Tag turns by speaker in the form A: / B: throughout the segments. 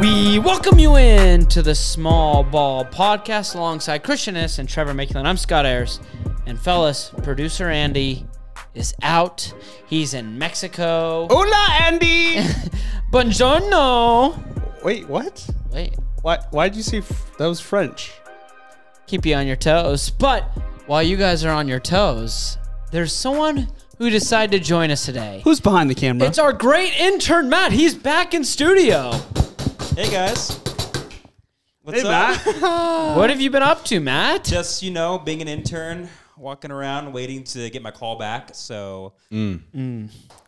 A: Welcome you in to the Small Ball Podcast alongside Christian S. and Trevor Makelin. I'm Scott Ayers. And fellas, producer Andy is out. He's in Mexico.
B: Hola, Andy.
A: Buongiorno.
B: Wait, what?
A: Wait,
B: Why? Why did you say f- that was French?
A: keep you on your toes. But while you guys are on your toes, there's someone who decided to join us today.
B: Who's behind the camera?
A: It's our great intern, Matt. He's back in studio.
C: Hey guys. What's
B: Hey,
C: up?
B: Matt.
A: What have you been up to, Matt?
C: Just, you know, being an intern, walking around waiting to get my call back. So I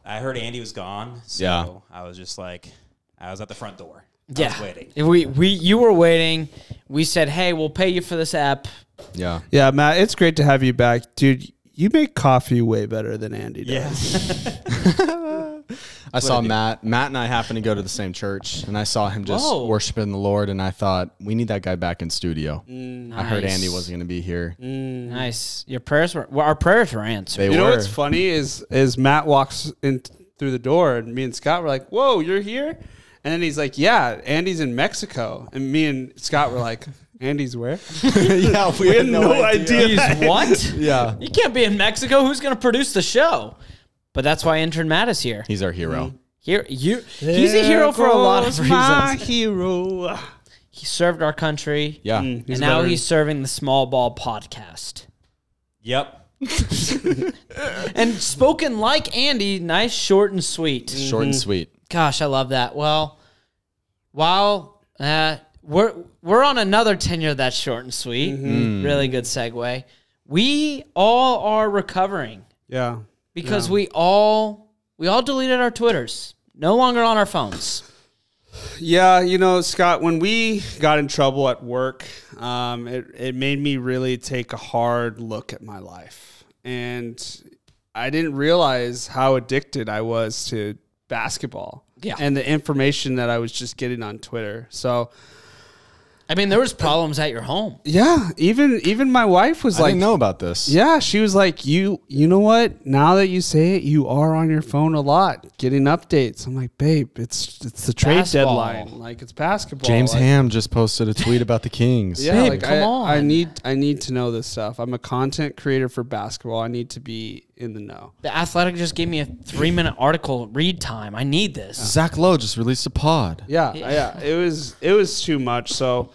C: heard Andy was gone. So
B: Mm. Yeah.
C: I was just like, I was at the front door. I
A: yeah.
C: was waiting.
A: We, we, you were waiting. We said, hey, we'll pay you for this app.
D: Yeah.
B: yeah, Matt. It's great to have you back, dude. You make coffee way better than Andy does.
C: Yeah.
D: I saw Matt. Matt and I happened to go to the same church, and I saw him just
A: Whoa.
D: worshiping the Lord, and I thought, we need that guy back in studio. I heard
A: Nice.
D: Andy wasn't going to be here.
A: Nice. Your prayers were well, our prayers were answered.
D: They
B: Mm. You
D: were.
B: know what's funny is is Matt walks in th- through the door, and me and Scott were like, "Whoa, you're here!" And then he's like, "Yeah, Andy's in Mexico," and me and Scott were like, "Andy's where?"
D: yeah, we, had no, idea.
A: Jeez, what?
B: Mm-hmm.
D: Yeah.
A: You can't be in Mexico. Who's going to produce the show? But that's why intern Matt is here.
D: He's our hero.
A: Here, you. He's a hero for a lot of
B: There goes My
A: reasons.
B: hero.
A: He served our country,
D: Yeah.
B: He's
A: and now
B: better.
A: he's serving the Small Ball Podcast.
C: yep.
A: And spoken like Andy, nice, short, and sweet.
D: Short and sweet.
A: Gosh, I love that. Well, while uh, we're we're on another tenure that's short and sweet,
B: Mm-hmm.
A: really good segue. We all are recovering
B: yeah.
A: because we all we all deleted our Twitters, no longer on our phones.
B: Yeah, you know, Scott, when we got in trouble at work, um, it, it made me really take a hard look at my life. And I didn't realize how addicted I was to basketball
A: Yeah.
B: and the information that I was just getting on Twitter. So,
A: I mean, there was problems at your home.
B: yeah, even even my wife was
D: I
B: like,
D: didn't know about this.
B: yeah, she was like, you you know what? Now that you say it, you are on your phone a lot, getting updates. I'm like, babe, it's it's the trade
A: Basketball.
B: deadline. Like it's basketball.
D: James
B: like,
D: Ham just posted a tweet about the Kings.
B: Yeah,
A: Babe,
B: like,
A: come
B: I,
A: on.
B: I need I need to know this stuff. I'm a content creator for basketball. I need to be in the know.
A: The Athletic just gave me a three minute article read time. I need this.
D: Zach Lowe just released a pod.
B: Yeah, yeah. It was it was too much. So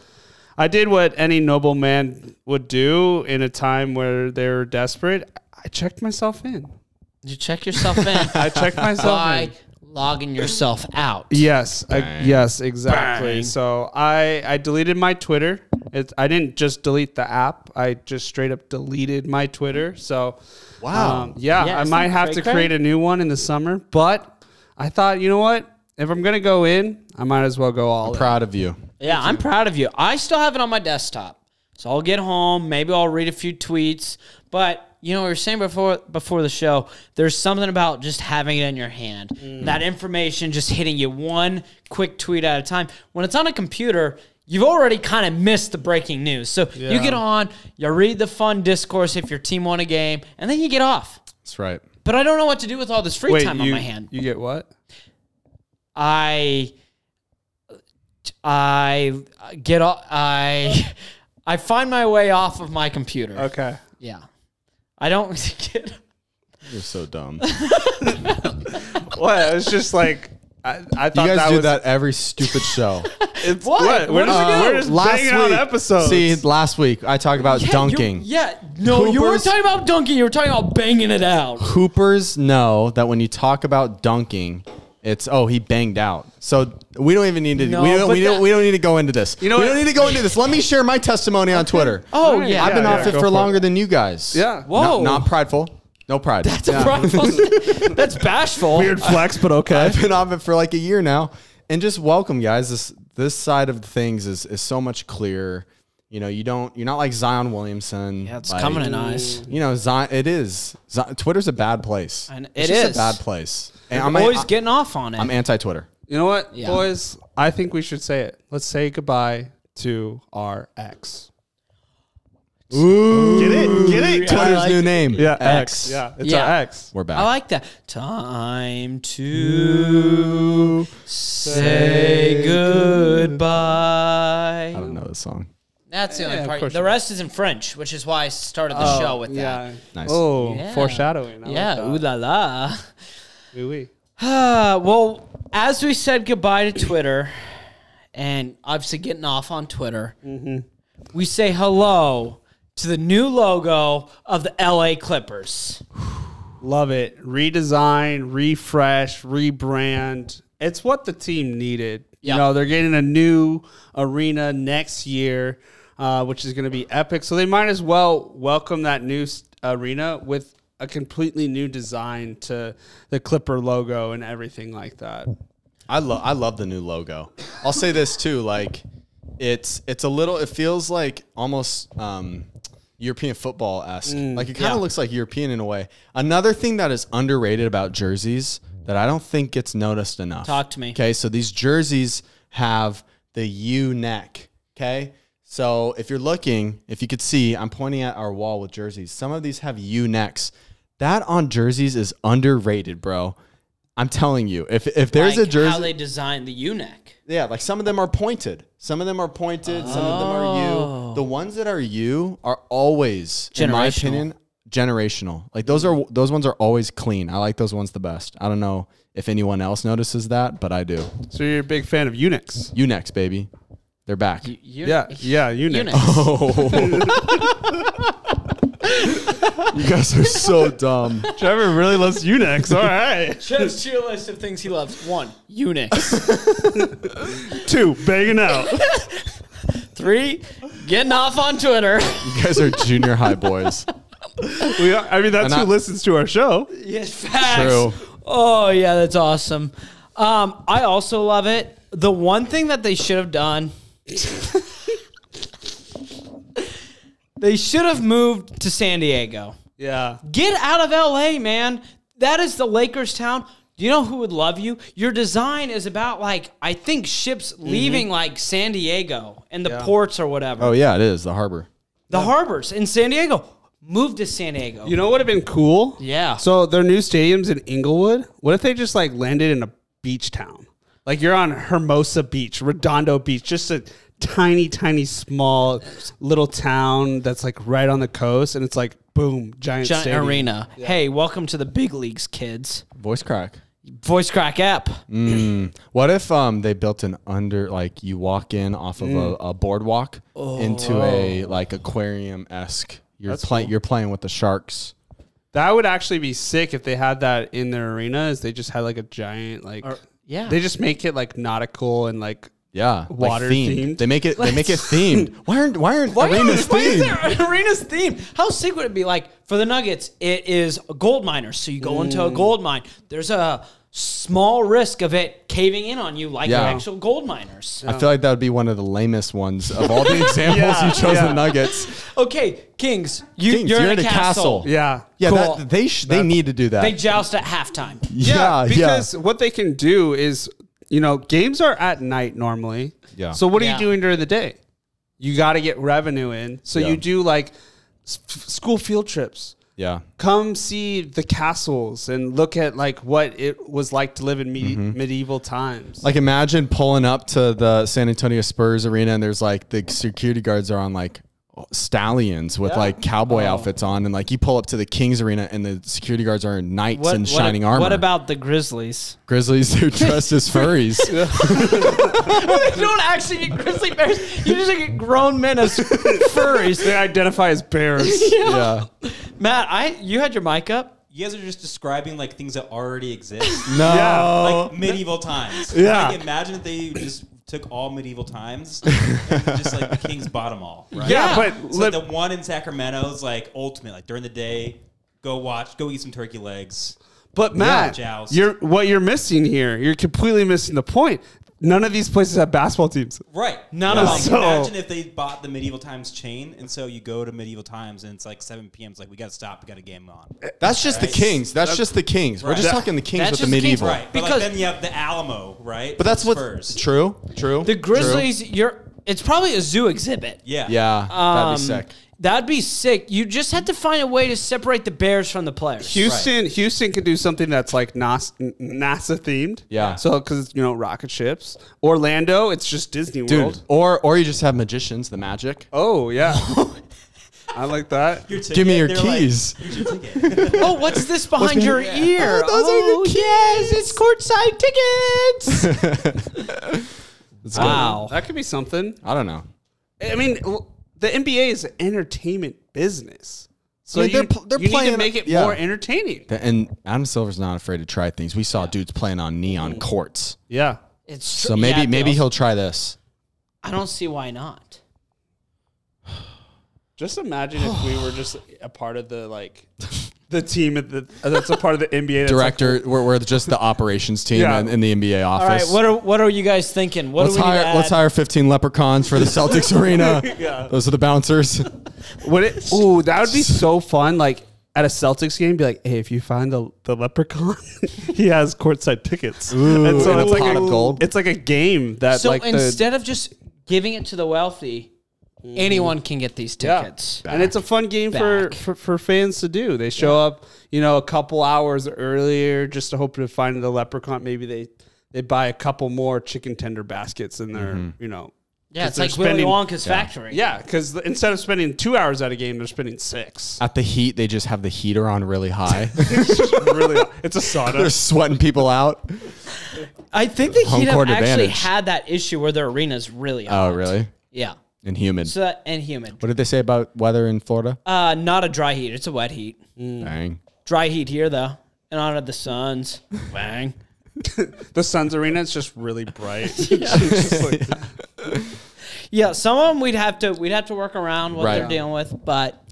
B: I did what any noble man would do in a time where they're desperate. I checked myself in.
A: You check yourself in
B: I checked myself
A: by
B: in.
A: logging yourself out.
B: Yes, I, yes, exactly. So I I deleted my Twitter. It, I didn't just delete the app. I just straight up deleted my Twitter. So
D: Wow.
B: Um, yeah,
A: Yeah,
B: I
A: isn't
B: might
A: that
B: have
A: cray
B: to
A: cray?
B: create a new one in the summer, but I thought, you know what? If I'm gonna go in, I might as well go all in.
D: Proud of you.
A: Yeah, I'm proud of you. I still have it on my desktop. So I'll get home, maybe I'll read a few tweets, but you know, we were saying before before the show, there's something about just having it in your hand.
B: Mm.
A: That information just hitting you one quick tweet at a time. When it's on a computer, you've already kind of missed the breaking news. So you get on, you read the fun discourse if your team won a game, and then you get off.
D: That's right.
A: But I don't know what to do with all this free
B: Wait,
A: time
B: you,
A: on my hand.
B: you get what?
A: I I get off I I find my way off of my computer.
B: Okay.
A: Yeah. I don't get
D: You're so dumb.
B: Well, it's just like I, I
D: You
B: thought
D: guys
B: that
D: do
B: was
D: that every stupid show.
B: It's,
A: What?
B: what?
A: What
B: We're
A: did
B: just,
A: we do?
B: Uh, we're just banging out episodes.
D: See, last week I talked about
A: Yeah,
D: dunking.
A: you- yeah. No, you weren't
D: Hoopers.
A: talking about dunking, you were talking about banging it out.
D: Hoopers know that when you talk about dunking, it's oh he banged out. So we don't even need to.
A: No,
D: we, don't,
A: but
D: we, don't,
A: that-
D: we don't need to go into this.
B: You know
D: we
B: what?
D: don't need to go into this. Let me share my testimony on Twitter.
A: Oh
B: Right.
A: yeah.
D: I've been
B: yeah,
D: off
B: yeah,
D: it
B: go
D: for
B: for it.
D: longer than you guys.
B: Yeah.
A: Whoa.
D: Not, not prideful. No pride.
A: That's a prideful- That's bashful.
B: Weird flex, but okay.
D: I've been off it for like a year now, and just welcome, guys. This this side of things is is so much clearer. You know, you don't. You're not like Zion Williamson.
A: Yeah, it's
D: like-
A: coming in eyes.
D: You know, Zion. It is. Zion, Twitter's a bad place.
A: And
D: it's
A: it
D: just
A: is.
D: a bad place. And
A: I'm
D: I'm,
A: always
D: I,
A: getting off on it.
D: I'm anti-Twitter.
B: You know what,
A: Yeah.
B: boys? I think we should say it. Let's say goodbye to our ex.
D: Ooh.
B: Get it? Get it?
D: Twitter's new name.
B: Yeah, X. Yeah, it's
A: Yeah.
B: our ex.
D: We're back.
A: I like that. Time to say Goodbye.
D: I don't know this song.
A: That's the only
B: of
A: part.
B: course
A: The
B: you-
A: rest is in French, which is why I started the show with that.
D: Nice.
B: Oh,
A: Yeah.
B: foreshadowing. I
A: Yeah, ooh
B: Like
A: la la.
B: that. Ooh-wee.
A: Ah, well, as we said goodbye to Twitter, and obviously getting off on Twitter,
B: Mm-hmm.
A: we say hello to the new logo of the LA Clippers.
B: Love it. Redesign, refresh, rebrand. It's what the team needed.
A: Yeah.
B: You know, they're getting a new arena next year, uh, which is going to be epic. So they might as well welcome that new s- arena with a completely new design to the Clipper logo and everything like that.
D: I love I love the new logo. I'll say this too, like it's it's a little it feels like almost um European football esque.
A: Mm,
D: like it kind of looks like European in a way. Another thing that is underrated about jerseys that I don't think gets noticed enough.
A: Talk to me.
D: Okay, so these jerseys have the U neck. Okay. So if you're looking, if you could see, I'm pointing at our wall with jerseys. Some of these have U necks. That on jerseys is underrated, bro. I'm telling you. If if there's
A: like
D: a jersey
A: How they designed the U neck.
D: yeah, like some of them are pointed. Some of them are pointed. Some of them are you. The ones that are you are always, in my
A: Oh. Generational.
D: opinion, generational. Like those are those ones are always clean. I like those ones the best. I don't know if anyone else notices that, but I do.
B: So you're a big fan of Unix.
D: You next, baby. They're back.
A: U-
B: Yeah, yeah,
A: U
B: Unix.
A: neck.
D: Oh. you guys are so dumb.
B: Trevor really loves Unix. All right.
A: Shows to your list of things he loves. One, Unix.
B: Two, banging out.
A: Three, getting off on Twitter.
D: You guys are junior high boys.
B: We are, I mean, that's
D: And
B: who
D: I-
B: listens to our show.
A: Yes, facts.
D: True.
A: Oh yeah, that's awesome. Um, I also love it. The one thing that they should have done, they should have moved to San Diego.
B: Yeah.
A: Get out of LA, man. That is the Lakers town. Do you know who would love you? Your design is about like I think ships leaving like San Diego and the
B: Yeah.
A: ports or whatever.
D: Oh yeah, it is the harbor.
A: The harbors in San Diego. Move to San Diego.
B: You know what would have been cool?
A: Yeah.
B: So their new stadium's in Inglewood. What if they just like landed in a beach town? Like you're on Hermosa Beach, Redondo Beach, just a tiny, tiny, small little town that's like right on the coast, and it's like boom, giant,
A: giant
B: stadium.
A: arena. Hey, welcome to the big leagues, kids.
D: Voice crack.
A: Voice crack app.
D: What if um they built an under like you walk in off of a, a boardwalk into a like aquarium esque. You're playing you're playing with the sharks.
B: That would actually be sick if they had that in their arena. Is they just had like a giant like
A: yeah.
B: They just make it like nautical and like
D: Yeah,
B: Water
D: like themed.
B: themed?
D: They make it they make it themed. Why aren't why aren't arenas
A: why is
D: themed?
A: there arena's theme? How sick would it be? Like for the Nuggets, it is gold miners. So you go into
D: Mm.
A: a gold mine. There's a small risk of it caving in on you, like
D: Yeah.
A: actual gold miners.
D: I feel like that would be one of the lamest ones of all the examples you chose. The Nuggets.
A: Okay, Kings, you,
D: Kings,
A: you're, in a castle.
B: yeah
D: Yeah,
A: Cool.
D: that, they sh- they need to do that.
A: They joust at halftime.
D: yeah,
B: because what they can do is, you know, games are at night normally.
D: Yeah.
B: So what are
A: Yeah.
B: you doing during the day? You got to get revenue in. So
D: Yeah.
B: you do like s- f- school field trips.
D: yeah,
B: Come see the castles and look at like what it was like to live in me- medieval times.
D: Mm-hmm. Like imagine pulling up to the San Antonio Spurs arena and there's like the security guards are on like stallions with like cowboy outfits on and like you pull up to the Kings arena and the security guards are in knights and shining armor.
A: What about the Grizzlies?
D: Grizzlies who dressed as furries?
A: you don't actually get grizzly bears. You just get grown men as furries.
B: they identify as bears.
D: yeah.
A: Matt, I you had your mic up.
C: You guys are just describing like things that already exist,
D: No.
C: like medieval times.
B: Oh. Yeah.
C: Like, imagine if they just took all medieval times, and just like the kings bought them all. Right?
A: Yeah.
B: yeah, but
C: So
B: let-
C: the one in Sacramento is like ultimate. Like during the day, go watch, go eat some turkey legs.
B: But Matt,
C: Joust.
B: you're what you're missing here. You're completely missing the point. None of these places have basketball teams.
C: Right.
A: None
C: Like,
A: of them.
B: So-
C: Imagine if they bought the medieval times chain, and so you go to medieval times, and it's like 7 p.m. It's like we got to stop. We got a game on.
D: That's just the Kings. That's just the Kings. We're
C: Right.
D: just
C: That-
D: talking the Kings
A: that's
D: with the
A: just Kings,
D: medieval.
A: right.
C: Right. But
A: Because-
C: like, then you have the Alamo, right?
D: But that's what
C: Spurs.
D: true. True.
A: The Grizzlies, you're it's probably a zoo exhibit.
C: Yeah.
D: Yeah, that'd be
A: Um,
D: sick.
A: That'd be sick. You just had to find a way to separate the Bears from the players.
B: Houston, Houston could do something that's like NASA, NASA themed.
D: Yeah.
B: So because you know rocket ships. Orlando, it's just Disney
D: dude.
B: World.
D: Or or you just have magicians, the magic.
B: Oh yeah, I like that.
C: Your
D: Give me
C: ticket,
D: your
C: Oh, they're like,
D: keys.
C: "Here's your ticket."
A: Oh, what's this behind your ear?
D: Oh, those are your
A: yes, it's courtside tickets.
D: It's good.
A: wow.
B: That could be something.
D: I don't know.
B: I mean, l- the NBA is an entertainment business. So
D: I mean,
B: you,
D: they're pl- they're
B: you need to
D: playing-
B: make it
D: yeah.
B: more entertaining.
D: Th- And Adam Silver's not afraid to try things. We saw dudes playing on neon courts.
B: Yeah.
A: It's
D: So maybe
A: yeah,
D: maybe
A: Bill.
D: he'll try this.
A: I don't see why not.
B: Just imagine if we were just a part of the like the team at the that's a part of the NBA that's like-
D: Director, we're, we're just the operations team
B: Yeah.
D: in, in the NBA
A: All right,
D: office.
A: what are what are you guys thinking? What
D: let's
A: do we
D: hire
A: Need to
D: let's
A: add?
D: hire 15 leprechauns for the Celtics arena. Those are the bouncers.
B: Would it? Ooh, that would be so fun. Like at a Celtics game, be like, hey, if you find the, the leprechaun, he has courtside tickets. and so
D: and a
B: it's like
D: pot
B: a,
D: of gold.
B: It's like a game that
A: So
B: like the,
A: instead of just giving it to the wealthy, anyone can get these
B: yeah.
A: tickets.
B: and it's a fun game for,
A: Back.
B: for for fans to do. They show up, you know, a couple hours earlier just to hope to find the leprechaun. Maybe they they buy a couple more chicken tender baskets in their,
D: Mm-hmm.
B: you know.
A: Yeah, it's
B: they're
A: like Willy
B: spending-
A: Wonka's factory.
B: Yeah, because instead of spending two hours at a game, they're spending six.
D: At the heat, they just have the heater on really high.
B: really, it's a sauna.
D: They're sweating people out.
A: I think the
D: Home
A: Heat have
D: court
A: actually
D: advantage.
A: had that issue where their arena's really hot.
D: Oh, really?
A: Yeah.
D: And humid.
A: So that, and humid.
D: what did they say about weather in Florida?
A: Uh, not a dry heat. It's a wet heat.
D: Dang.
A: Dry heat here though, in honor of the Suns. Bang.
B: The Suns arena is just really bright.
A: Yeah, some of them we'd have to we'd have to work around what they're
D: Right.
A: dealing with, but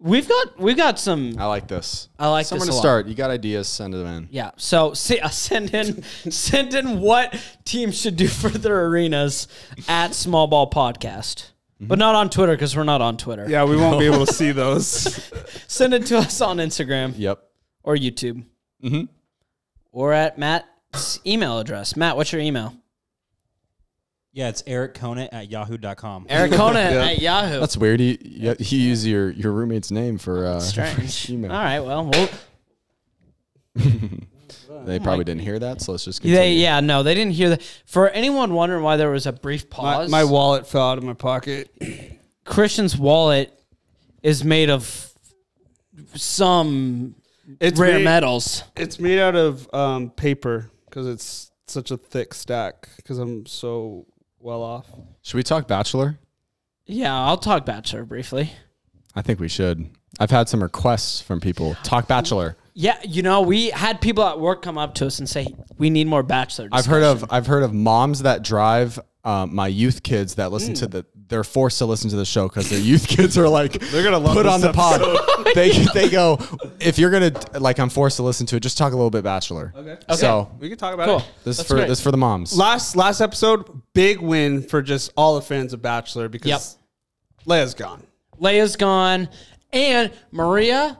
A: we've got we've got some.
D: I like this.
A: I like
D: Somewhere
A: this a
D: to
A: lot.
D: start. You got ideas? Send them in.
A: Yeah, so see, uh, send in send in what teams should do for their arenas at Small Ball Podcast, but not on Twitter because we're not on Twitter.
B: yeah, we won't be able to see those.
A: Send it to us on Instagram
D: Yep.
A: or YouTube, mm-hmm. or at Matt's email address. Matt, what's your email?
C: yeah, it's Eric Conant at yahoo.com.
A: Eric Conant at Yahoo.
D: That's weird. He you, he used your your roommate's name for uh,
A: strange.
D: email.
A: All right, well, we'll
D: They probably didn't hear that, so let's just continue.
A: they Oh. yeah no they didn't hear that. For anyone wondering why there was a brief
B: my,
A: pause,
B: my wallet fell out of my pocket.
A: Christian's wallet is made of some
B: It's
A: rare
B: made,
A: metals.
B: It's made out of um, paper because it's such a thick stack. Because I'm so well off.
D: Should we talk Bachelor?
A: Yeah, I'll talk Bachelor briefly.
D: I think we should. I've had some requests from people. Talk Bachelor.
A: Yeah, you know, we had people at work come up to us and say, we need more Bachelor.
D: I've heard of I've heard of moms that drive um, my youth kids that listen
A: Hmm.
D: to the they're forced to listen to the show because their youth kids are like they're gonna love put on the pod. they they go if you're gonna like I'm forced to listen to it. Just talk a little bit Bachelor. Okay. So
B: We can talk about
A: Cool.
B: it.
D: this is
A: That's
D: for
A: great.
D: this is for the moms.
B: Last last episode, big win for just all the fans of Bachelor because Leia's gone.
A: Leia's gone, and Maria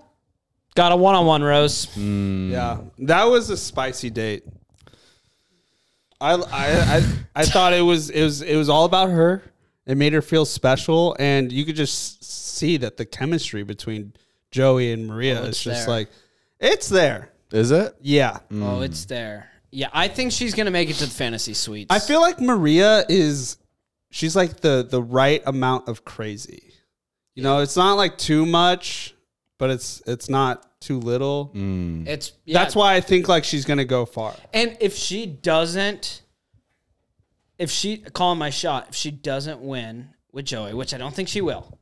A: got a one on one rose.
B: Mm. Yeah, that was a spicy date. I, I I I thought it was it was it was all about her. It made her feel special, and you could just see that the chemistry between Joey and Maria is just
A: Oh, there.
B: like it's there.
D: Is it?
B: Yeah,
A: Oh, it's there. Yeah, I think she's going to make it to the fantasy suites.
B: I feel like Maria is she's like the the right amount of crazy. You know, it's not like too much, but it's it's not too little.
A: it's yeah,
B: That's why I think like she's gonna go far.
A: And if she doesn't, if she calling my shot, if she doesn't win with Joey, which I don't think she will,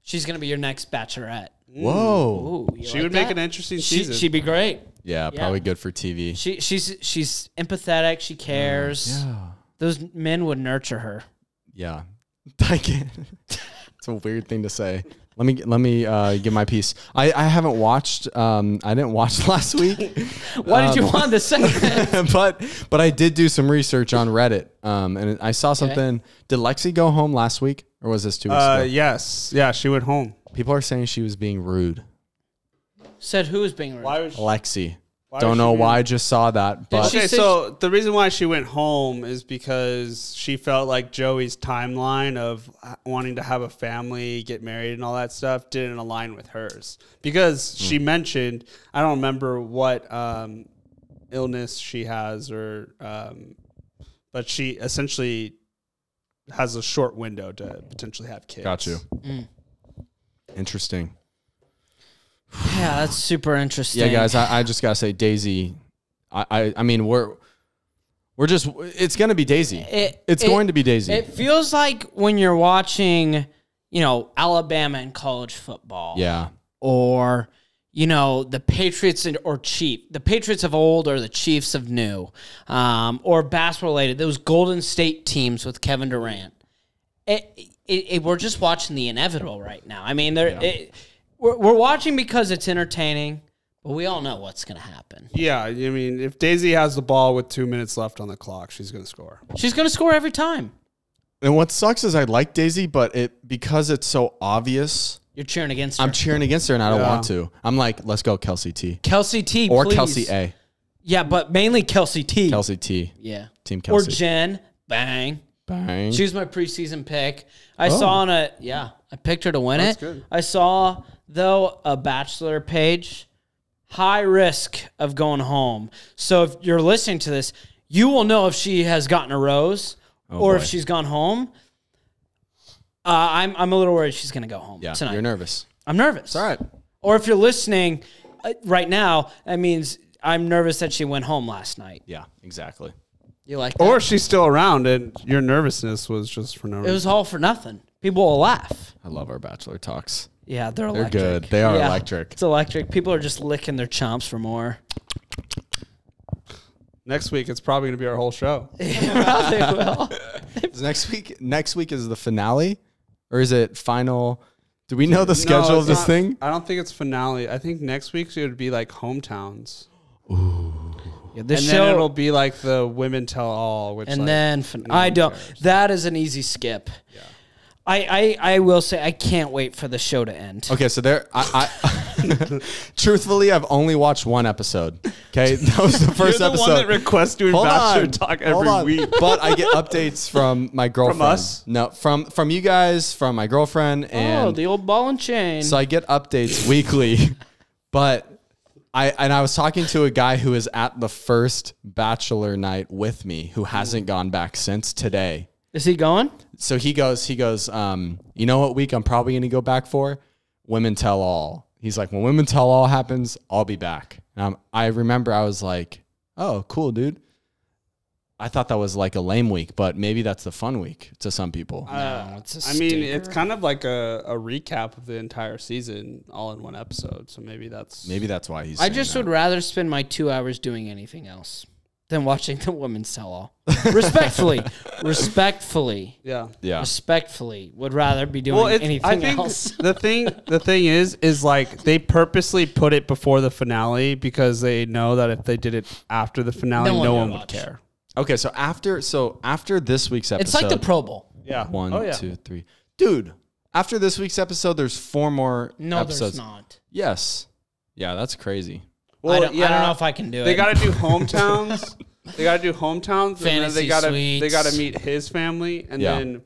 A: she's gonna be your next Bachelorette.
D: Whoa.
A: Ooh, you
B: She
A: like
B: would
A: that?
B: make an interesting
A: She,
B: season.
A: she'd be great.
D: Yeah, probably good for TV.
A: She she's she's empathetic. She cares. Those men would nurture her.
D: Yeah. I can't. it's a weird thing to say. Let me let me uh, give my piece. I, I haven't watched. Um, I didn't watch last week,
B: Uh,
A: Why did you want this segment?
D: but but I did do some research on Reddit. Um, and I saw something. Did Lexi go home last week, or was this two weeks
B: Uh,
D: ago?
B: yes, yeah, she went home.
D: People are saying she was being rude.
A: Said who was being rude?
B: was
D: Lexi, Don't know why. I just saw that, but
A: she
B: Okay,
A: said-
B: so the reason why she went home is because she felt like Joey's timeline of uh, wanting to have a family, get married, and all that stuff didn't align with hers. Because
D: Hmm.
B: she mentioned, I don't remember what um, illness she has, or um, but she essentially has a short window to potentially have kids.
D: got you. Interesting.
A: Yeah, that's super interesting.
D: Yeah, guys, I, I just gotta say, Daisy. I, I, I mean, we're we're just. It's gonna be Daisy.
A: It-
D: it's
A: it-
D: going to be Daisy.
A: It feels like when you're watching, you know, Alabama in college football.
D: yeah,
A: or you know the Patriots and, or Chief, the Patriots of old or the Chiefs of new, um, or basketball related. Those Golden State teams with Kevin Durant. It, it, it, we're just watching the inevitable right now. I mean, there it, we're, we're watching because it's entertaining, but we all know what's going to happen.
B: Yeah, I mean, if Daisy has the ball with two minutes left on the clock, she's going to score.
A: She's going to score every time.
D: And what sucks is I like Daisy, but it because it's so obvious,
A: You're cheering against her.
D: I'm cheering against her and I don't want to. I'm like, let's go Kelsey T.
A: Kelsey T
D: Or
A: please.
D: Kelsey A.
A: Yeah, but mainly Kelsey T.
D: Kelsey T.
A: Yeah.
D: Team
A: Or
D: Kelsey.
A: Jen. Bang.
D: Bang.
A: She was my preseason pick. I
D: Oh.
A: saw on a yeah, I picked her to win it. I saw though a bachelor page, high risk of going home. So if you're listening to this, you will know if she has gotten a rose or
D: Oh, boy.
A: if she's gone home. Uh, I'm I'm a little worried she's gonna go home
D: yeah,
A: tonight.
D: you're nervous.
A: I'm nervous.
D: All right.
A: Or if you're listening uh, right now, that means I'm nervous that she went home last night.
D: Yeah, exactly.
A: You like that?
B: Or she's still around, and your nervousness was just for no
A: it
B: reason.
A: was all for nothing. People will laugh.
D: I love our bachelor talks.
A: Yeah, they're
D: They're
A: electric.
D: good. They are
A: Yeah,
D: electric.
A: It's electric. People are just licking their chomps for more.
B: Next week, it's probably going to be our whole show.
A: Probably will.
D: Is next week next week is the finale? Or is it final? Do we know the schedule
B: No,
D: of
B: it's
D: this
B: not-
D: thing?
B: I don't think it's finale. I think next week it would be like hometowns,
A: Yeah, this
B: and
A: show,
B: then it'll be like the women tell all. Which
A: and
B: like,
A: then fin- I
B: one
A: don't.
B: cares.
A: That is an easy skip. I, I I will say I can't wait for the show to end.
D: Okay, so there. I, I truthfully, I've only watched one episode. Okay, that was the 1st
B: the one
D: episode.
B: that requests doing Bachelor Talk every
D: hold on.
B: week.
D: But I get updates from my girlfriend.
B: us?
D: No, from from you guys, from my girlfriend, and
A: oh, the old ball and chain.
D: so I get updates weekly. But I and I was talking to a guy who is at the first bachelor night with me, who hasn't gone back since today
A: is he going?
D: so he goes, he goes, um, you know what week I'm probably gonna go back for? Women tell all. He's like, when women tell all happens, I'll be back. And I'm- I remember I was like, oh, cool, dude. I thought that was like a lame week, but maybe that's the fun week to some people.
B: Uh,
A: it's a
B: I mean,
A: stinker.
B: it's kind of like a, a recap of the entire season all in one episode. So maybe that's
D: maybe that's why he's.
A: I
D: saying
A: just
D: that.
A: would rather spend my two hours doing anything else than watching the women sell all. respectfully, respectfully,
B: yeah.
D: Yeah.
A: respectfully, would rather be doing
B: Well, it's,
A: anything
B: I think
A: else.
B: the thing the thing is is like they purposely put it before the finale because they know that if they did it after the finale,
A: No
B: no
A: one
B: one,
A: would
B: would
A: watch.
B: care.
D: Okay, so after so after this week's episode,
A: It's like the Pro Oh, Bowl.
B: Yeah.
D: one, two, three. dude. After this week's episode, there's four more.
A: No, there's
D: episodes.
A: not.
D: Yes. Yeah, that's crazy.
A: I, don't, I don't know if I can do
B: They
A: it.
B: got to do hometowns. they got to do hometowns. and then
A: Fantasy
B: they got to they
A: suites.
B: got to meet his family, and
D: Yeah.
B: then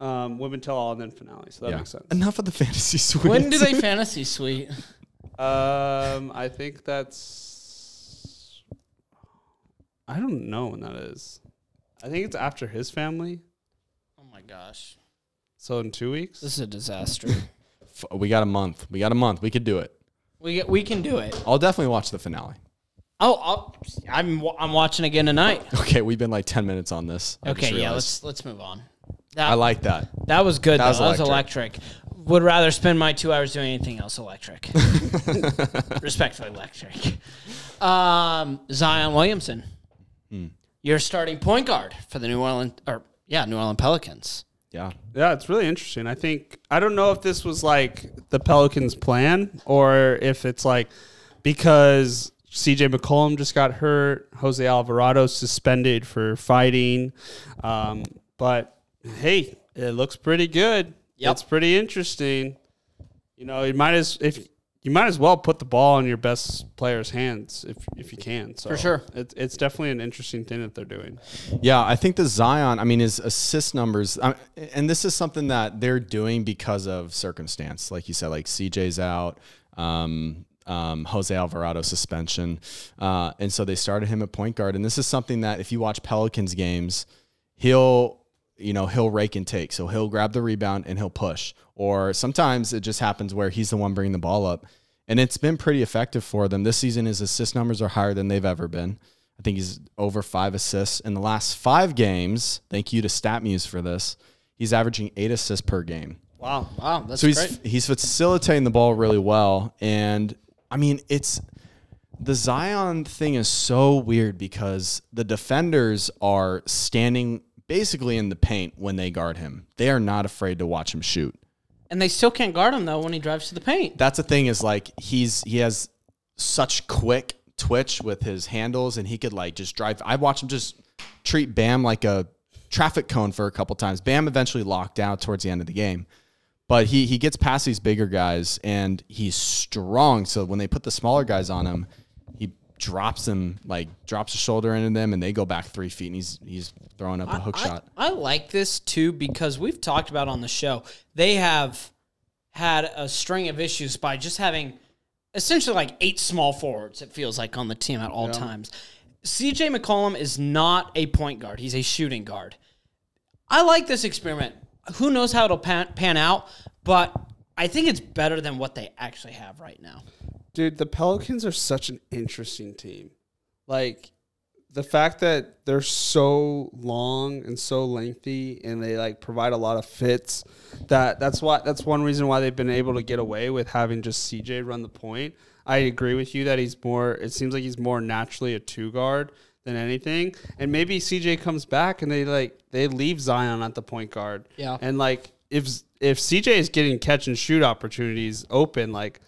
B: um, women tell all, and then finale. So that
D: yeah.
B: makes sense.
D: Enough of the fantasy suite.
A: when do they fantasy suite?
B: Um, I think that's. I don't know when that is. I think it's after his family.
A: Oh my gosh,
B: So in two weeks.
A: this is a disaster.
D: F- We got a month. We got a month. We could do it.
A: we get, we can do it.
D: I'll definitely watch the finale.
A: Oh, I'll, I'm wa- I'm watching again tonight.
D: Okay, we've been like 10 minutes on this. I just
A: Okay, yeah, let's
D: realized.
A: let's move on. That
D: I like that.
A: that was good.
D: that
A: though.
D: was
A: That was electric. Would rather spend my two hours doing anything else. Electric, respectfully, electric. Um, Zion Williamson, your starting point guard for the New Orleans or yeah New Orleans Pelicans.
D: Yeah.
B: Yeah, it's really interesting. I think I don't know if this was like the Pelicans' plan or if it's like because CJ McCollum just got hurt, Jose Alvarado suspended for fighting. Um, but hey, it looks pretty good.
A: Yep.
B: It's pretty interesting. You know, you might as if you might as well put the ball in your best player's hands if if you can. So
A: For sure.
B: it's it's definitely an interesting thing that they're doing.
D: Yeah, I think the Zion, I mean, his assist numbers, I, and this is something that they're doing because of circumstance. Like you said, like CJ's out, um, um, Jose Alvarado suspension. Uh, and so they started him at point guard. And this is something that if you watch Pelicans games, he'll you know he'll rake and take so he'll grab the rebound and he'll push or sometimes it just happens where he's the one bringing the ball up and it's been pretty effective for them this season his assist numbers are higher than they've ever been i think he's over five assists in the last five games thank you to statmuse for this he's averaging eight assists per game
A: Wow, wow, that's
D: so he's
A: great.
D: he's facilitating the ball really well, and I mean it's the Zion thing is so weird because the defenders are standing basically in the paint when they guard him. They are not afraid to watch him shoot.
A: And they still can't guard him though when he drives to the paint.
D: That's the thing is like he's he has such quick twitch with his handles, and he could like just drive. I watched him just treat Bam like a traffic cone for a couple times. Bam eventually locked out towards the end of the game but he he gets past these bigger guys and he's strong. So when they put the smaller guys on him, he drops them like drops a shoulder into them and they go back three feet and he's he's throwing up a hook shot.
A: I, I like this too because we've talked about on the show they have had a string of issues by just having essentially like eight small forwards. It feels like on the team at all times. CJ McCollum is not a point guard; he's a shooting guard. I like this experiment. Who knows how it'll pan, pan out, but I think it's better than what they actually have right now.
B: Dude, the Pelicans are such an interesting team. Like the fact that they're so long and so lengthy and they like provide a lot of fits that that's why that's one reason why they've been able to get away with having just CJ run the point. I agree with you that he's more it seems like he's more naturally a two guard than anything. And maybe CJ comes back and they like they leave Zion at the point guard.
A: Yeah.
B: And like if if CJ is getting catch and shoot opportunities open like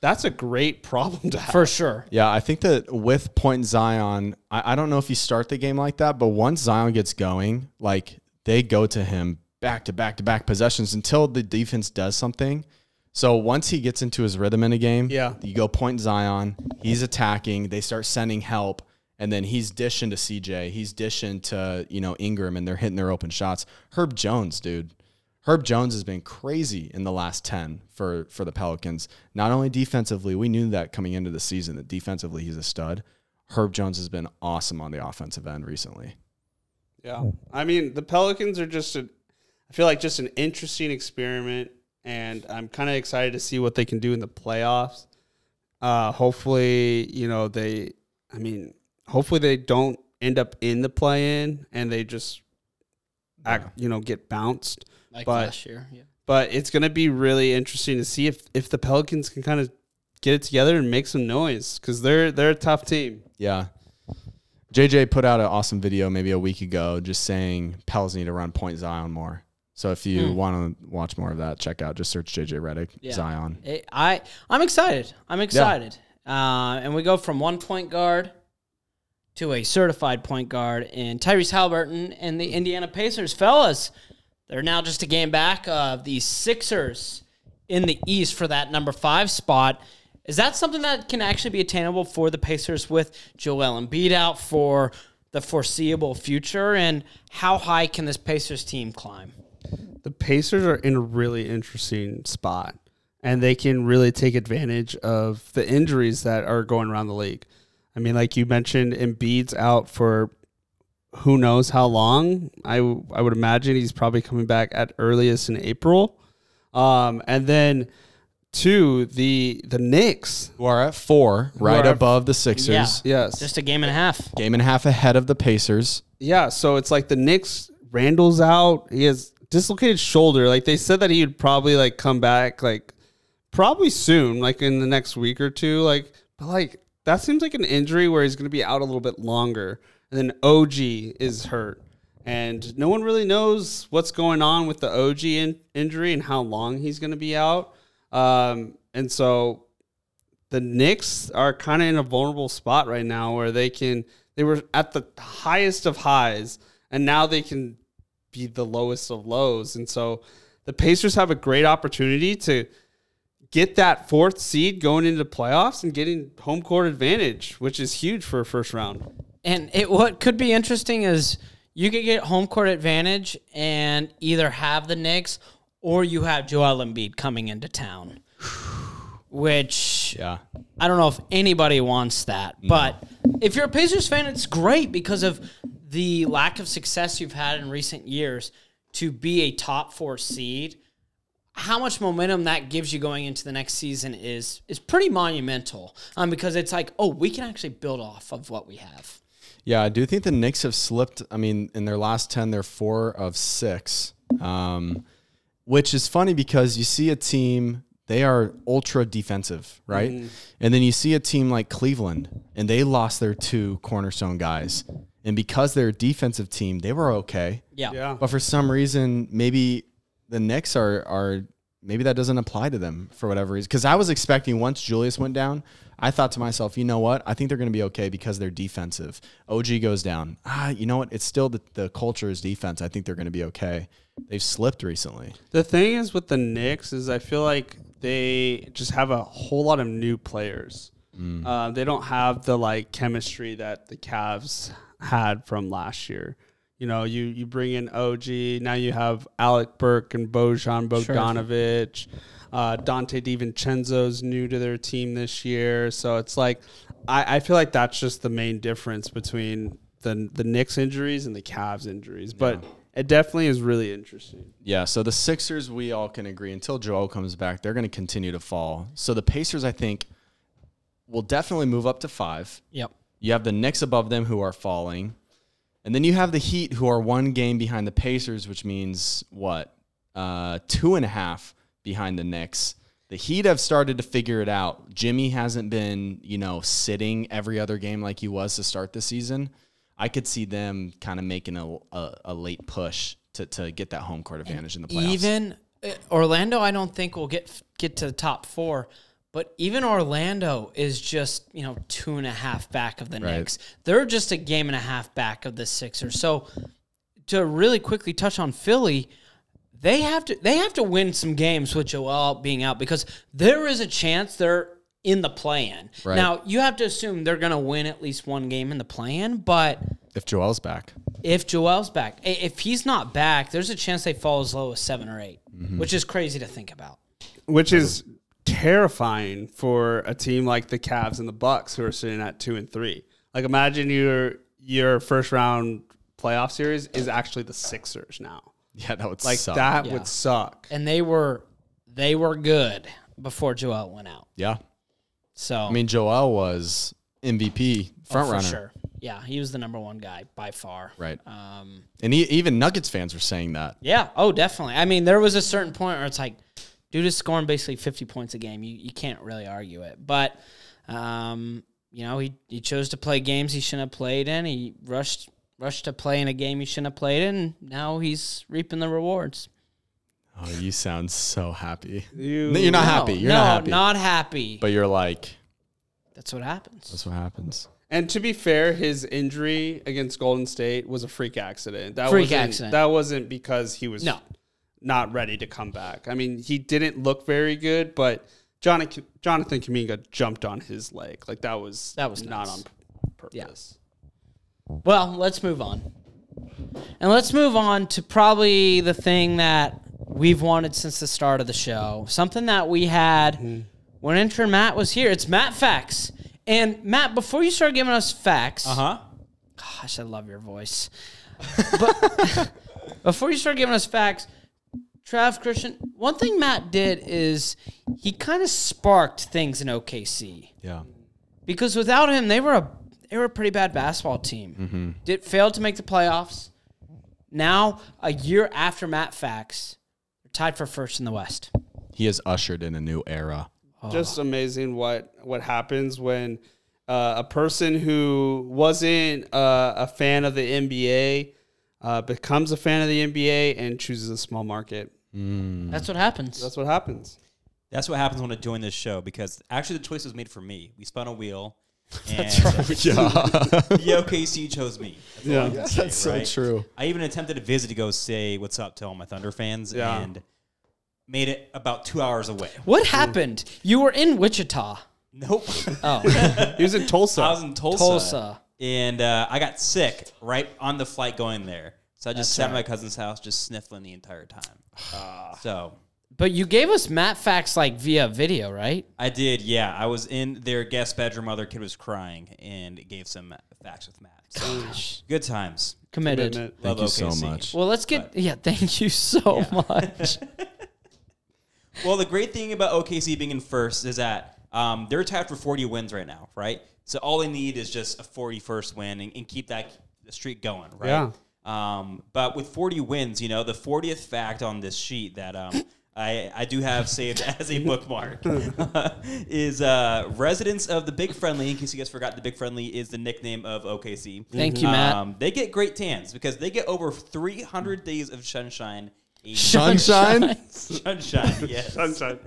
B: that's a great problem to have.
A: For sure.
D: Yeah, I think that with point Zion, I, I don't know if you start the game like that, but once Zion gets going, like they go to him back to back to back possessions until the defense does something. So once he gets into his rhythm in a game,
B: Yeah.
D: you go point Zion, he's attacking, they start sending help, and then he's dishing to CJ, he's dishing to, you know, Ingram, and they're hitting their open shots. Herb Jones, dude. Herb Jones has been crazy in the last 10 for, for the Pelicans. Not only defensively, we knew that coming into the season that defensively he's a stud. Herb Jones has been awesome on the offensive end recently.
B: Yeah. I mean, the Pelicans are just a, I feel like just an interesting experiment, and I'm kind of excited to see what they can do in the playoffs. Uh, hopefully, you know, they, I mean, hopefully they don't end up in the play in and they just, act, you know, get bounced.
A: Like
B: But-
A: last year. Yeah.
B: But it's going to be really interesting to see if, if the Pelicans can kind of get it together and make some noise because they're, they're a tough team.
D: Yeah. JJ put out an awesome video maybe a week ago just saying Pels need to run point Zion more. So if you want to watch more of that, check out just search JJ Redick Zion.
A: It, I I'm excited. I'm excited. Uh, and we go from one point guard to a certified point guard in Tyrese Halliburton and the Indiana Pacers, fellas. They're now just a game back of the Sixers in the East for that number five spot. Is that something that can actually be attainable for the Pacers with Joel Embiid out for the foreseeable future? And how high can this Pacers team climb?
B: the Pacers are in a really interesting spot, and they can really take advantage of the injuries that are going around the league. I mean, like you mentioned, Embiid's out for who knows how long. I I would imagine he's probably coming back at earliest in April, um, and then two the the Knicks.
D: Who are at four, right
B: are-
D: above the Sixers.
A: Yeah.
B: Yes,
A: Just a game and a half.
D: Game and a half ahead of the Pacers.
B: Yeah, so it's like the Knicks. Randall's out. He has dislocated shoulder. Like they said that he would probably like come back like probably soon, like in the next week or two. Like, but like that seems like an injury where he's going to be out a little bit longer. And then OG is hurt, and no one really knows what's going on with the OG in- injury and how long he's going to be out. Um, and so the Knicks are kind of in a vulnerable spot right now where they can they were at the highest of highs and now they can be the lowest of lows and so the Pacers have a great opportunity to get that fourth seed going into the playoffs and getting home court advantage, which is huge for a first round.
A: And it what could be interesting is you could get home court advantage and either have the Knicks or you have Joel Embiid coming into town. Which
D: Yeah.
A: I don't know if anybody wants that, but if you're a Pacers fan, it's great because of the lack of success you've had in recent years to be a top four seed. How much momentum that gives you going into the next season is is pretty monumental, um, because it's like, oh, we can actually build off of what we have.
D: Yeah, I do think the Knicks have slipped. I mean, in their last 10, they're four of six, um, which is funny because you see a team, they are ultra defensive, right? And then you see a team like Cleveland, and they lost their two cornerstone guys. And because they're a defensive team, they were okay.
A: Yeah,
D: But for some reason, maybe the Knicks are are maybe that doesn't apply to them for whatever reason. Because I was expecting once Julius went down, I thought to myself, you know what? I think they're going to be okay because they're defensive. OG goes down. Ah, you know what? It's still the, the culture is defense. I think they're going to be okay. They've slipped recently.
B: The thing is with the Knicks is I feel like they just have a whole lot of new players. Uh, they don't have the like chemistry that the Cavs had from last year. You know, you you bring in OG now. You have Alec Burke and Bojan Bogdanovic. Uh, Dante DiVincenzo's new to their team this year, so it's like I, I feel like that's just the main difference between the the Knicks injuries and the Cavs injuries. But it definitely is really interesting.
D: Yeah, so the Sixers, we all can agree until Joel comes back, they're going to continue to fall. So the Pacers, I think, will definitely move up to five.
A: yep.
D: You have the Knicks above them who are falling. And then you have the Heat who are one game behind the Pacers, which means what? Uh, two and a half behind the Knicks. The Heat have started to figure it out. Jimmy hasn't been, you know, sitting every other game like he was to start the season. I could see them kind of making a, a, a late push to, to get that home court advantage in the playoffs.
A: Even uh, Orlando, I don't think will get get to the top four. But even Orlando is just you know two and a half back of the Knicks. They're just a game and a half back of the Sixers. So to really quickly touch on Philly, they have to they have to win some games with Joel being out because there is a chance they're in the plan.
D: Right.
A: Now you have to assume they're going to win at least one game in the plan, but
D: if Joel's back.
A: if Joel's back, i- if he's not back, there's a chance they fall as low as seven or 8
D: Mm-hmm.
A: which is crazy to think about.
B: which is terrifying for a team like the Cavs and the Bucks who are sitting at 2 and 3. Like imagine your your first round playoff series is actually the Sixers now.
D: Yeah, that would
B: Like
D: suck.
B: that would suck.
A: And they were they were good before Joel went out.
D: Yeah.
A: So
D: I mean, Joel was MVP front
A: for
D: runner.
A: sure, yeah, he was the number one guy by far.
D: Right.
A: Um,
D: And he, even Nuggets fans were saying that.
A: yeah. Oh, definitely. I mean, there was a certain point where it's like, dude is scoring basically 50 points a game. You you can't really argue it. But, um, you know, he, he chose to play games he shouldn't have played in. He rushed rushed to play in a game he shouldn't have played in. Now he's reaping the rewards.
D: Oh, you sound so happy.
B: You-
D: No, you're not
A: No,
D: happy. You're
A: no,
D: not happy.
A: not happy.
D: but you're like,
A: That's what happens.
D: that's what happens.
B: And to be fair, his injury against Golden State was a freak accident. That
A: Freak
B: wasn't,
A: accident.
B: That wasn't because he was
A: No.
B: not ready to come back. I mean, he didn't look very good, but Jonathan Jonathan Kaminga jumped on his leg. Like that was
A: That was
B: not
A: nuts.
B: on purpose.
A: Well, let's move on. And let's move on to probably the thing that we've wanted since the start of the show. Something that we had when intern Matt was here. It's Matt Facts. And Matt, before you start giving us facts,
C: Uh huh.
A: gosh, I love your voice. But before you start giving us facts, Trav Christian, one thing Matt did is he kind of sparked things in OKC
D: Yeah.
A: because without him, they were a they were a pretty bad basketball team.
B: Mm-hmm.
A: Did failed to make the playoffs. Now, a year after Matt Facts, they're tied for first in the West.
B: Mm-hmm.
D: He has ushered in a new era.
B: just amazing what what happens when uh, a person who wasn't uh, a fan of the NBA uh, becomes a fan of the NBA and chooses a small market.
A: That's what happens.
B: That's what happens.
C: That's what happens when I join this show because actually the choice was made for me. We spun a wheel. And That's right.
D: Yeah.
C: The OKC chose me. That's all I can say,
D: That's so
C: right?
D: true.
C: I even attempted a visit to go say what's up to all my Thunder fans,
B: Yeah.
C: and made it about two hours away.
A: What happened? You were in Wichita.
C: Nope.
A: Oh,
B: He was in Tulsa.
C: I was in Tulsa.
A: Tulsa.
C: And uh, I got sick right on the flight going there. So I just sat at my cousin's house just sniffling the entire time. so
A: but you gave us Matt facts like via video, right?
C: I did, yeah. I was in their guest bedroom while their kid was crying and gave some facts with Matt. So, good times.
A: Committed.
B: Commitment.
D: Thank you
C: Love
D: so
C: OKC.
D: much.
A: Well, let's get yeah. Thank you so much.
C: Well, the great thing about OKC being in first is that um, they're tied for 40 wins right now, right? So all they need is just a 41st win and, and keep that streak going, right? Um, but with 40 wins, you know, the 40th fact on this sheet that um, I, I do have saved as a bookmark is uh, residents of the Big Friendly, in case you guys forgot, the Big Friendly is the nickname of OKC.
A: Thank you, Matt.
C: Um, they get great tans because they get over 300 days of sunshine. a
D: Sunshine?
C: Sunshine, yes.
B: Sunshine.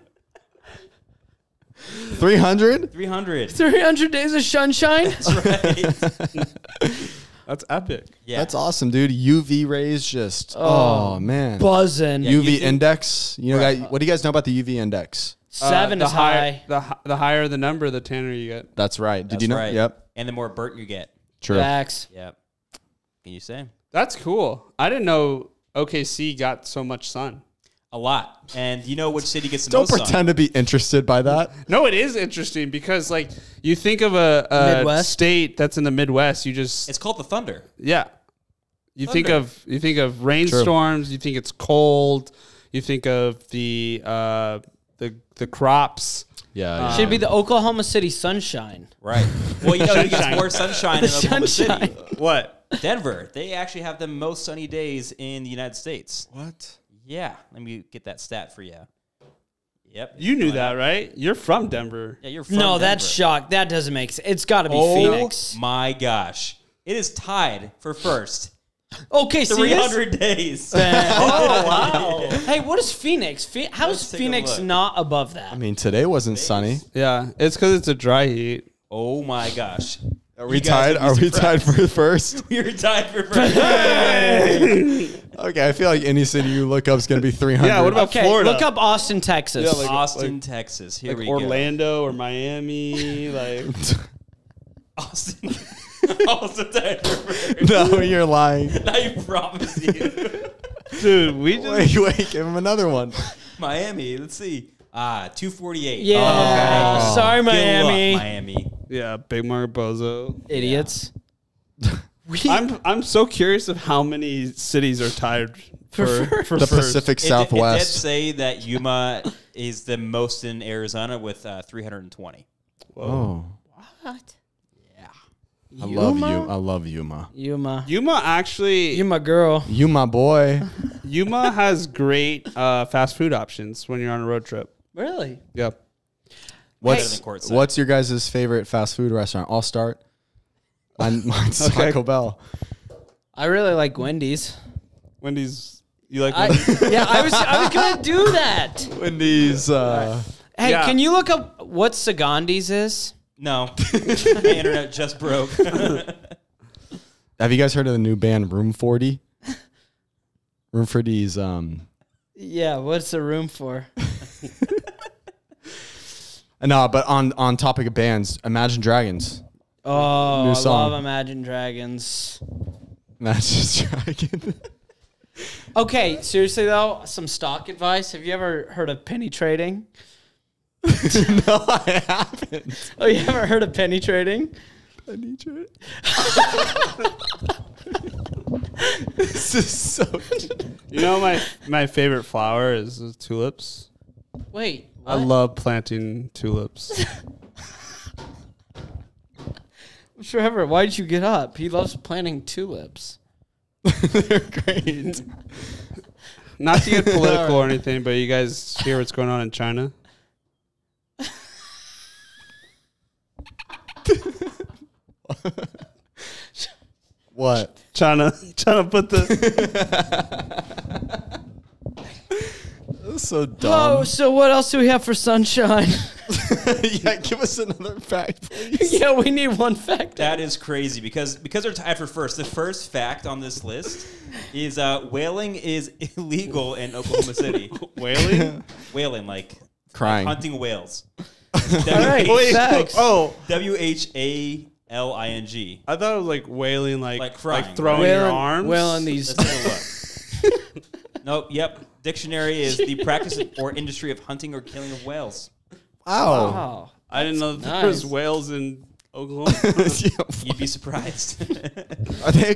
D: 300?
C: 300.
A: 300 days of sunshine.
C: That's right.
B: That's epic.
C: Yeah.
D: That's awesome, dude. UV rays just, oh, man.
A: Buzzing.
D: UV
C: you think-
D: index. You know, guy, what do you guys know about the UV index?
A: Seven
B: Uh,
A: is
B: the higher-
A: high.
B: The, hi- the higher the number, the tanner you get.
D: That's right. Did
C: That's
D: you know?
C: right.
D: Yep.
C: And the more burnt you get.
D: True.
A: Facts.
C: Yep. Can you say?
B: That's cool. I didn't know OKC got so much sun.
C: A lot. And you know which city gets the
D: Don't
C: most sun?
D: pretend to be interested by that.
B: No, it is interesting because like you think of a, a
A: Midwest?
B: state that's in the Midwest, you just
C: It's called the thunder.
B: yeah. You think
C: Thunder.
B: of you think of rainstorms. You think it's cold. You think of the uh, the the crops.
D: Yeah. yeah.
A: Should be the Oklahoma City sunshine.
C: Right. Well, you know who gets
B: Sunshine.
C: more sunshine in Oklahoma
A: sunshine.
C: City?
B: What?
C: Denver. They actually have the most sunny days in the United States.
D: what?
C: Yeah. Let me get that stat for you. Yep.
B: You knew that, right? You're from Denver.
C: Yeah, you're from
A: No, that's
C: Denver.
A: shock. That doesn't make sense. It's got to be
C: Oh
A: Phoenix.
C: my gosh. It is tied for first.
A: Okay, see this?
C: 300 days.
A: oh wow! Hey, what is Phoenix? Phe- how is
C: Let's take a
A: Phoenix
C: look.
A: not above that?
D: I mean, today wasn't sunny.
B: Yeah, it's because it's a dry heat.
C: Oh my gosh.
D: Are we tied? Are we tied for first?
C: You're tied for first.
D: Okay, I feel like any city you look up is going to be 300.
B: Yeah, what about-
A: okay,
B: Florida.
A: look up Austin, Texas.
B: Yeah, like-
C: Austin, Texas. Here we
B: Like
C: go.
B: Orlando or Miami, like
C: Austin. Austin, tied for first.
D: No, you're lying.
C: I promise you.
B: dude, we just
D: Wait, wait, give him another one.
C: Miami. Let's see. Ah, 248.
A: yeah.
D: Oh.
A: Sorry,
C: Good luck,
A: Miami.
C: Miami.
B: yeah, Big Mark Bozo.
A: Idiots. We,
B: I'm I'm so curious of how many cities are tied for for,
D: The
B: first.
D: Pacific
C: It did- It, did
D: Southwest.
C: say that Yuma is the most in Arizona with uh, 320.
D: oh,
A: what?
D: I love you. I love Yuma.
A: Yuma.
B: Yuma actually
A: Yuma girl.
D: You my boy.
B: Yuma has great uh, fast food options when you're on a road trip.
A: Really?
B: Yep.
D: What's
C: than courtside.
D: What's your guys' favorite fast food restaurant? I'll start. Mine, mine's Taco Bell.
A: I really like Wendy's.
B: Wendy's you like
A: I,
B: Wendy's?
A: yeah, I was I was gonna do that.
D: Wendy's. Uh,
A: Hey,
B: Yeah.
A: can you look up what Sagandi's is?
C: No. the internet just broke.
D: have you guys heard of the new band Room Forty? Room 40's. Um,
A: Yeah, what's the room for?
D: no, but on on topic of bands, Imagine Dragons.
A: Oh, I
D: song.
A: love Imagine Dragons.
D: Imagine Dragons.
A: Okay, seriously though, some stock advice. Have you ever heard of penny trading?
D: no, I haven't.
A: Oh, you haven't heard of penny trading?
D: I need you. this is so.
B: you know my my favorite flower is the tulips.
A: Wait,
B: I love planting tulips.
A: Trevor, why'd you get up? He loves planting tulips.
D: They're great.
B: Not to get political or anything, but you guys hear what's going on in China?
D: What?
B: China, China put the
D: That's so
A: Oh,
D: dumb.
A: so what else do we have for sunshine?
D: yeah, give us another fact, please.
A: yeah, we need one fact.
C: That is crazy because because they're tied for first. The first fact on this list is uh, whaling is illegal in Oklahoma City.
B: Whaling?
C: whaling, like
D: Crying.
C: hunting whales.
A: right,
C: W H-
A: facts.
B: Oh,
C: W H A L I N G.
B: I thought it was like wailing, like
C: Like
B: like,
C: crying,
B: throwing
C: right?
B: your
A: Whaling-
B: arms.
A: whaling these.
C: Let's take a look. Nope. Yep. Dictionary is the practice of- or industry of hunting or killing of whales.
D: Wow.
A: Oh,
B: I didn't know that
A: nice.
B: there was whales in Oklahoma.
D: Yeah.
C: You'd be surprised.
D: Are they a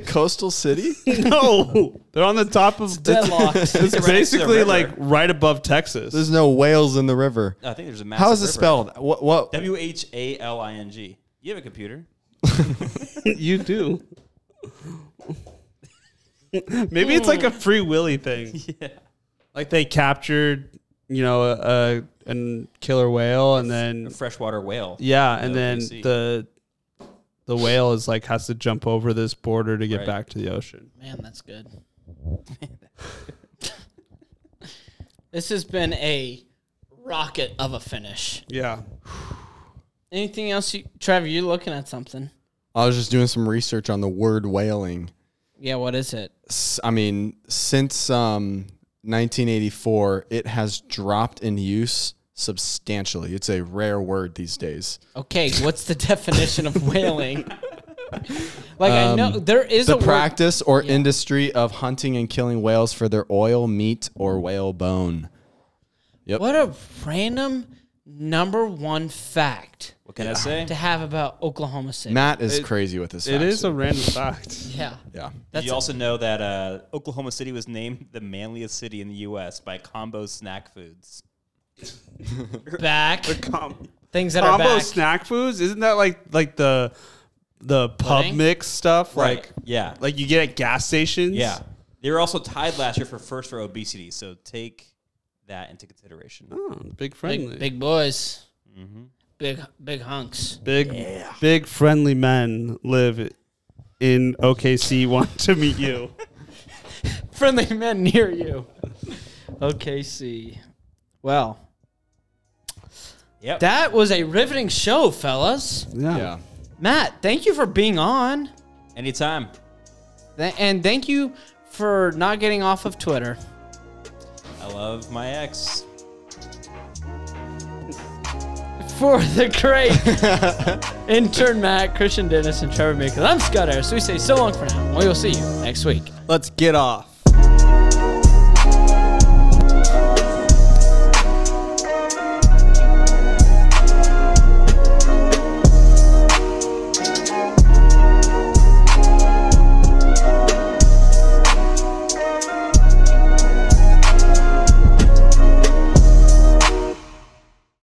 D: coastal city?
B: no, they're on the top of.
A: deadlocked.
B: It's
C: Right next to the
B: basically
C: river.
B: like right above Texas.
D: There's no whales in the river.
C: I think there's a massive
D: How is it
C: river.
D: spelled? What? What?
C: W H A L I N G. You have a computer.
B: you do. Maybe it's like a free willy thing.
C: Yeah.
B: Like they captured, you know, a, a, a killer whale, and
C: A
B: then
C: freshwater whale.
B: yeah, and
C: Yeah,
B: then
C: we see.
B: the the whale is like has to jump over this border to get
C: Right.
B: back to the ocean.
A: Man, that's good. this has been a rocket of a finish.
B: Yeah,
A: Anything else, you, Trevor? You're looking at something.
D: I was just doing some research on the word whaling.
A: Yeah, what is it?
D: s- I mean, since um, 1984, it has dropped in use substantially. It's a rare word these days.
A: Okay, what's the definition of whaling? like I know there is
D: Um, The
A: a word.
D: practice or industry of hunting and killing whales for their oil, meat, or whale bone.
A: What a random number one fact
C: What can I say?
A: to have about Oklahoma City.
D: Matt is crazy with this.
B: it is a random fact.
A: yeah,
D: yeah.
A: that's
C: Did you also know that uh, Oklahoma City was named the manliest city in the U.S. by Combo Snack Foods?
A: back
B: Com-
A: things that are
B: combo
A: back.
B: snack foods isn't that like like the the pub
A: Pudding?
B: mix stuff like
C: yeah,
B: like you get at gas stations
C: yeah. They were also tied last year for first for obesity, so take that into consideration.
B: oh, big friendly
A: big, big boys,
D: Mm-hmm.
A: big big hunks.
B: Big, big friendly men live in OKC. Want to meet you?
A: friendly men near you. Okay, see. Well,
C: Yep.
A: that was a riveting show, fellas.
D: Yeah.
A: Matt, thank you for being on,
C: Anytime.
A: Th- and thank you for not getting off of Twitter.
C: I love my ex.
A: For the great intern Matt, Christian Dennis, and Trevor Meekins, I'm Scott Harris. We say so long for now. We will see you next week.
B: Let's get off.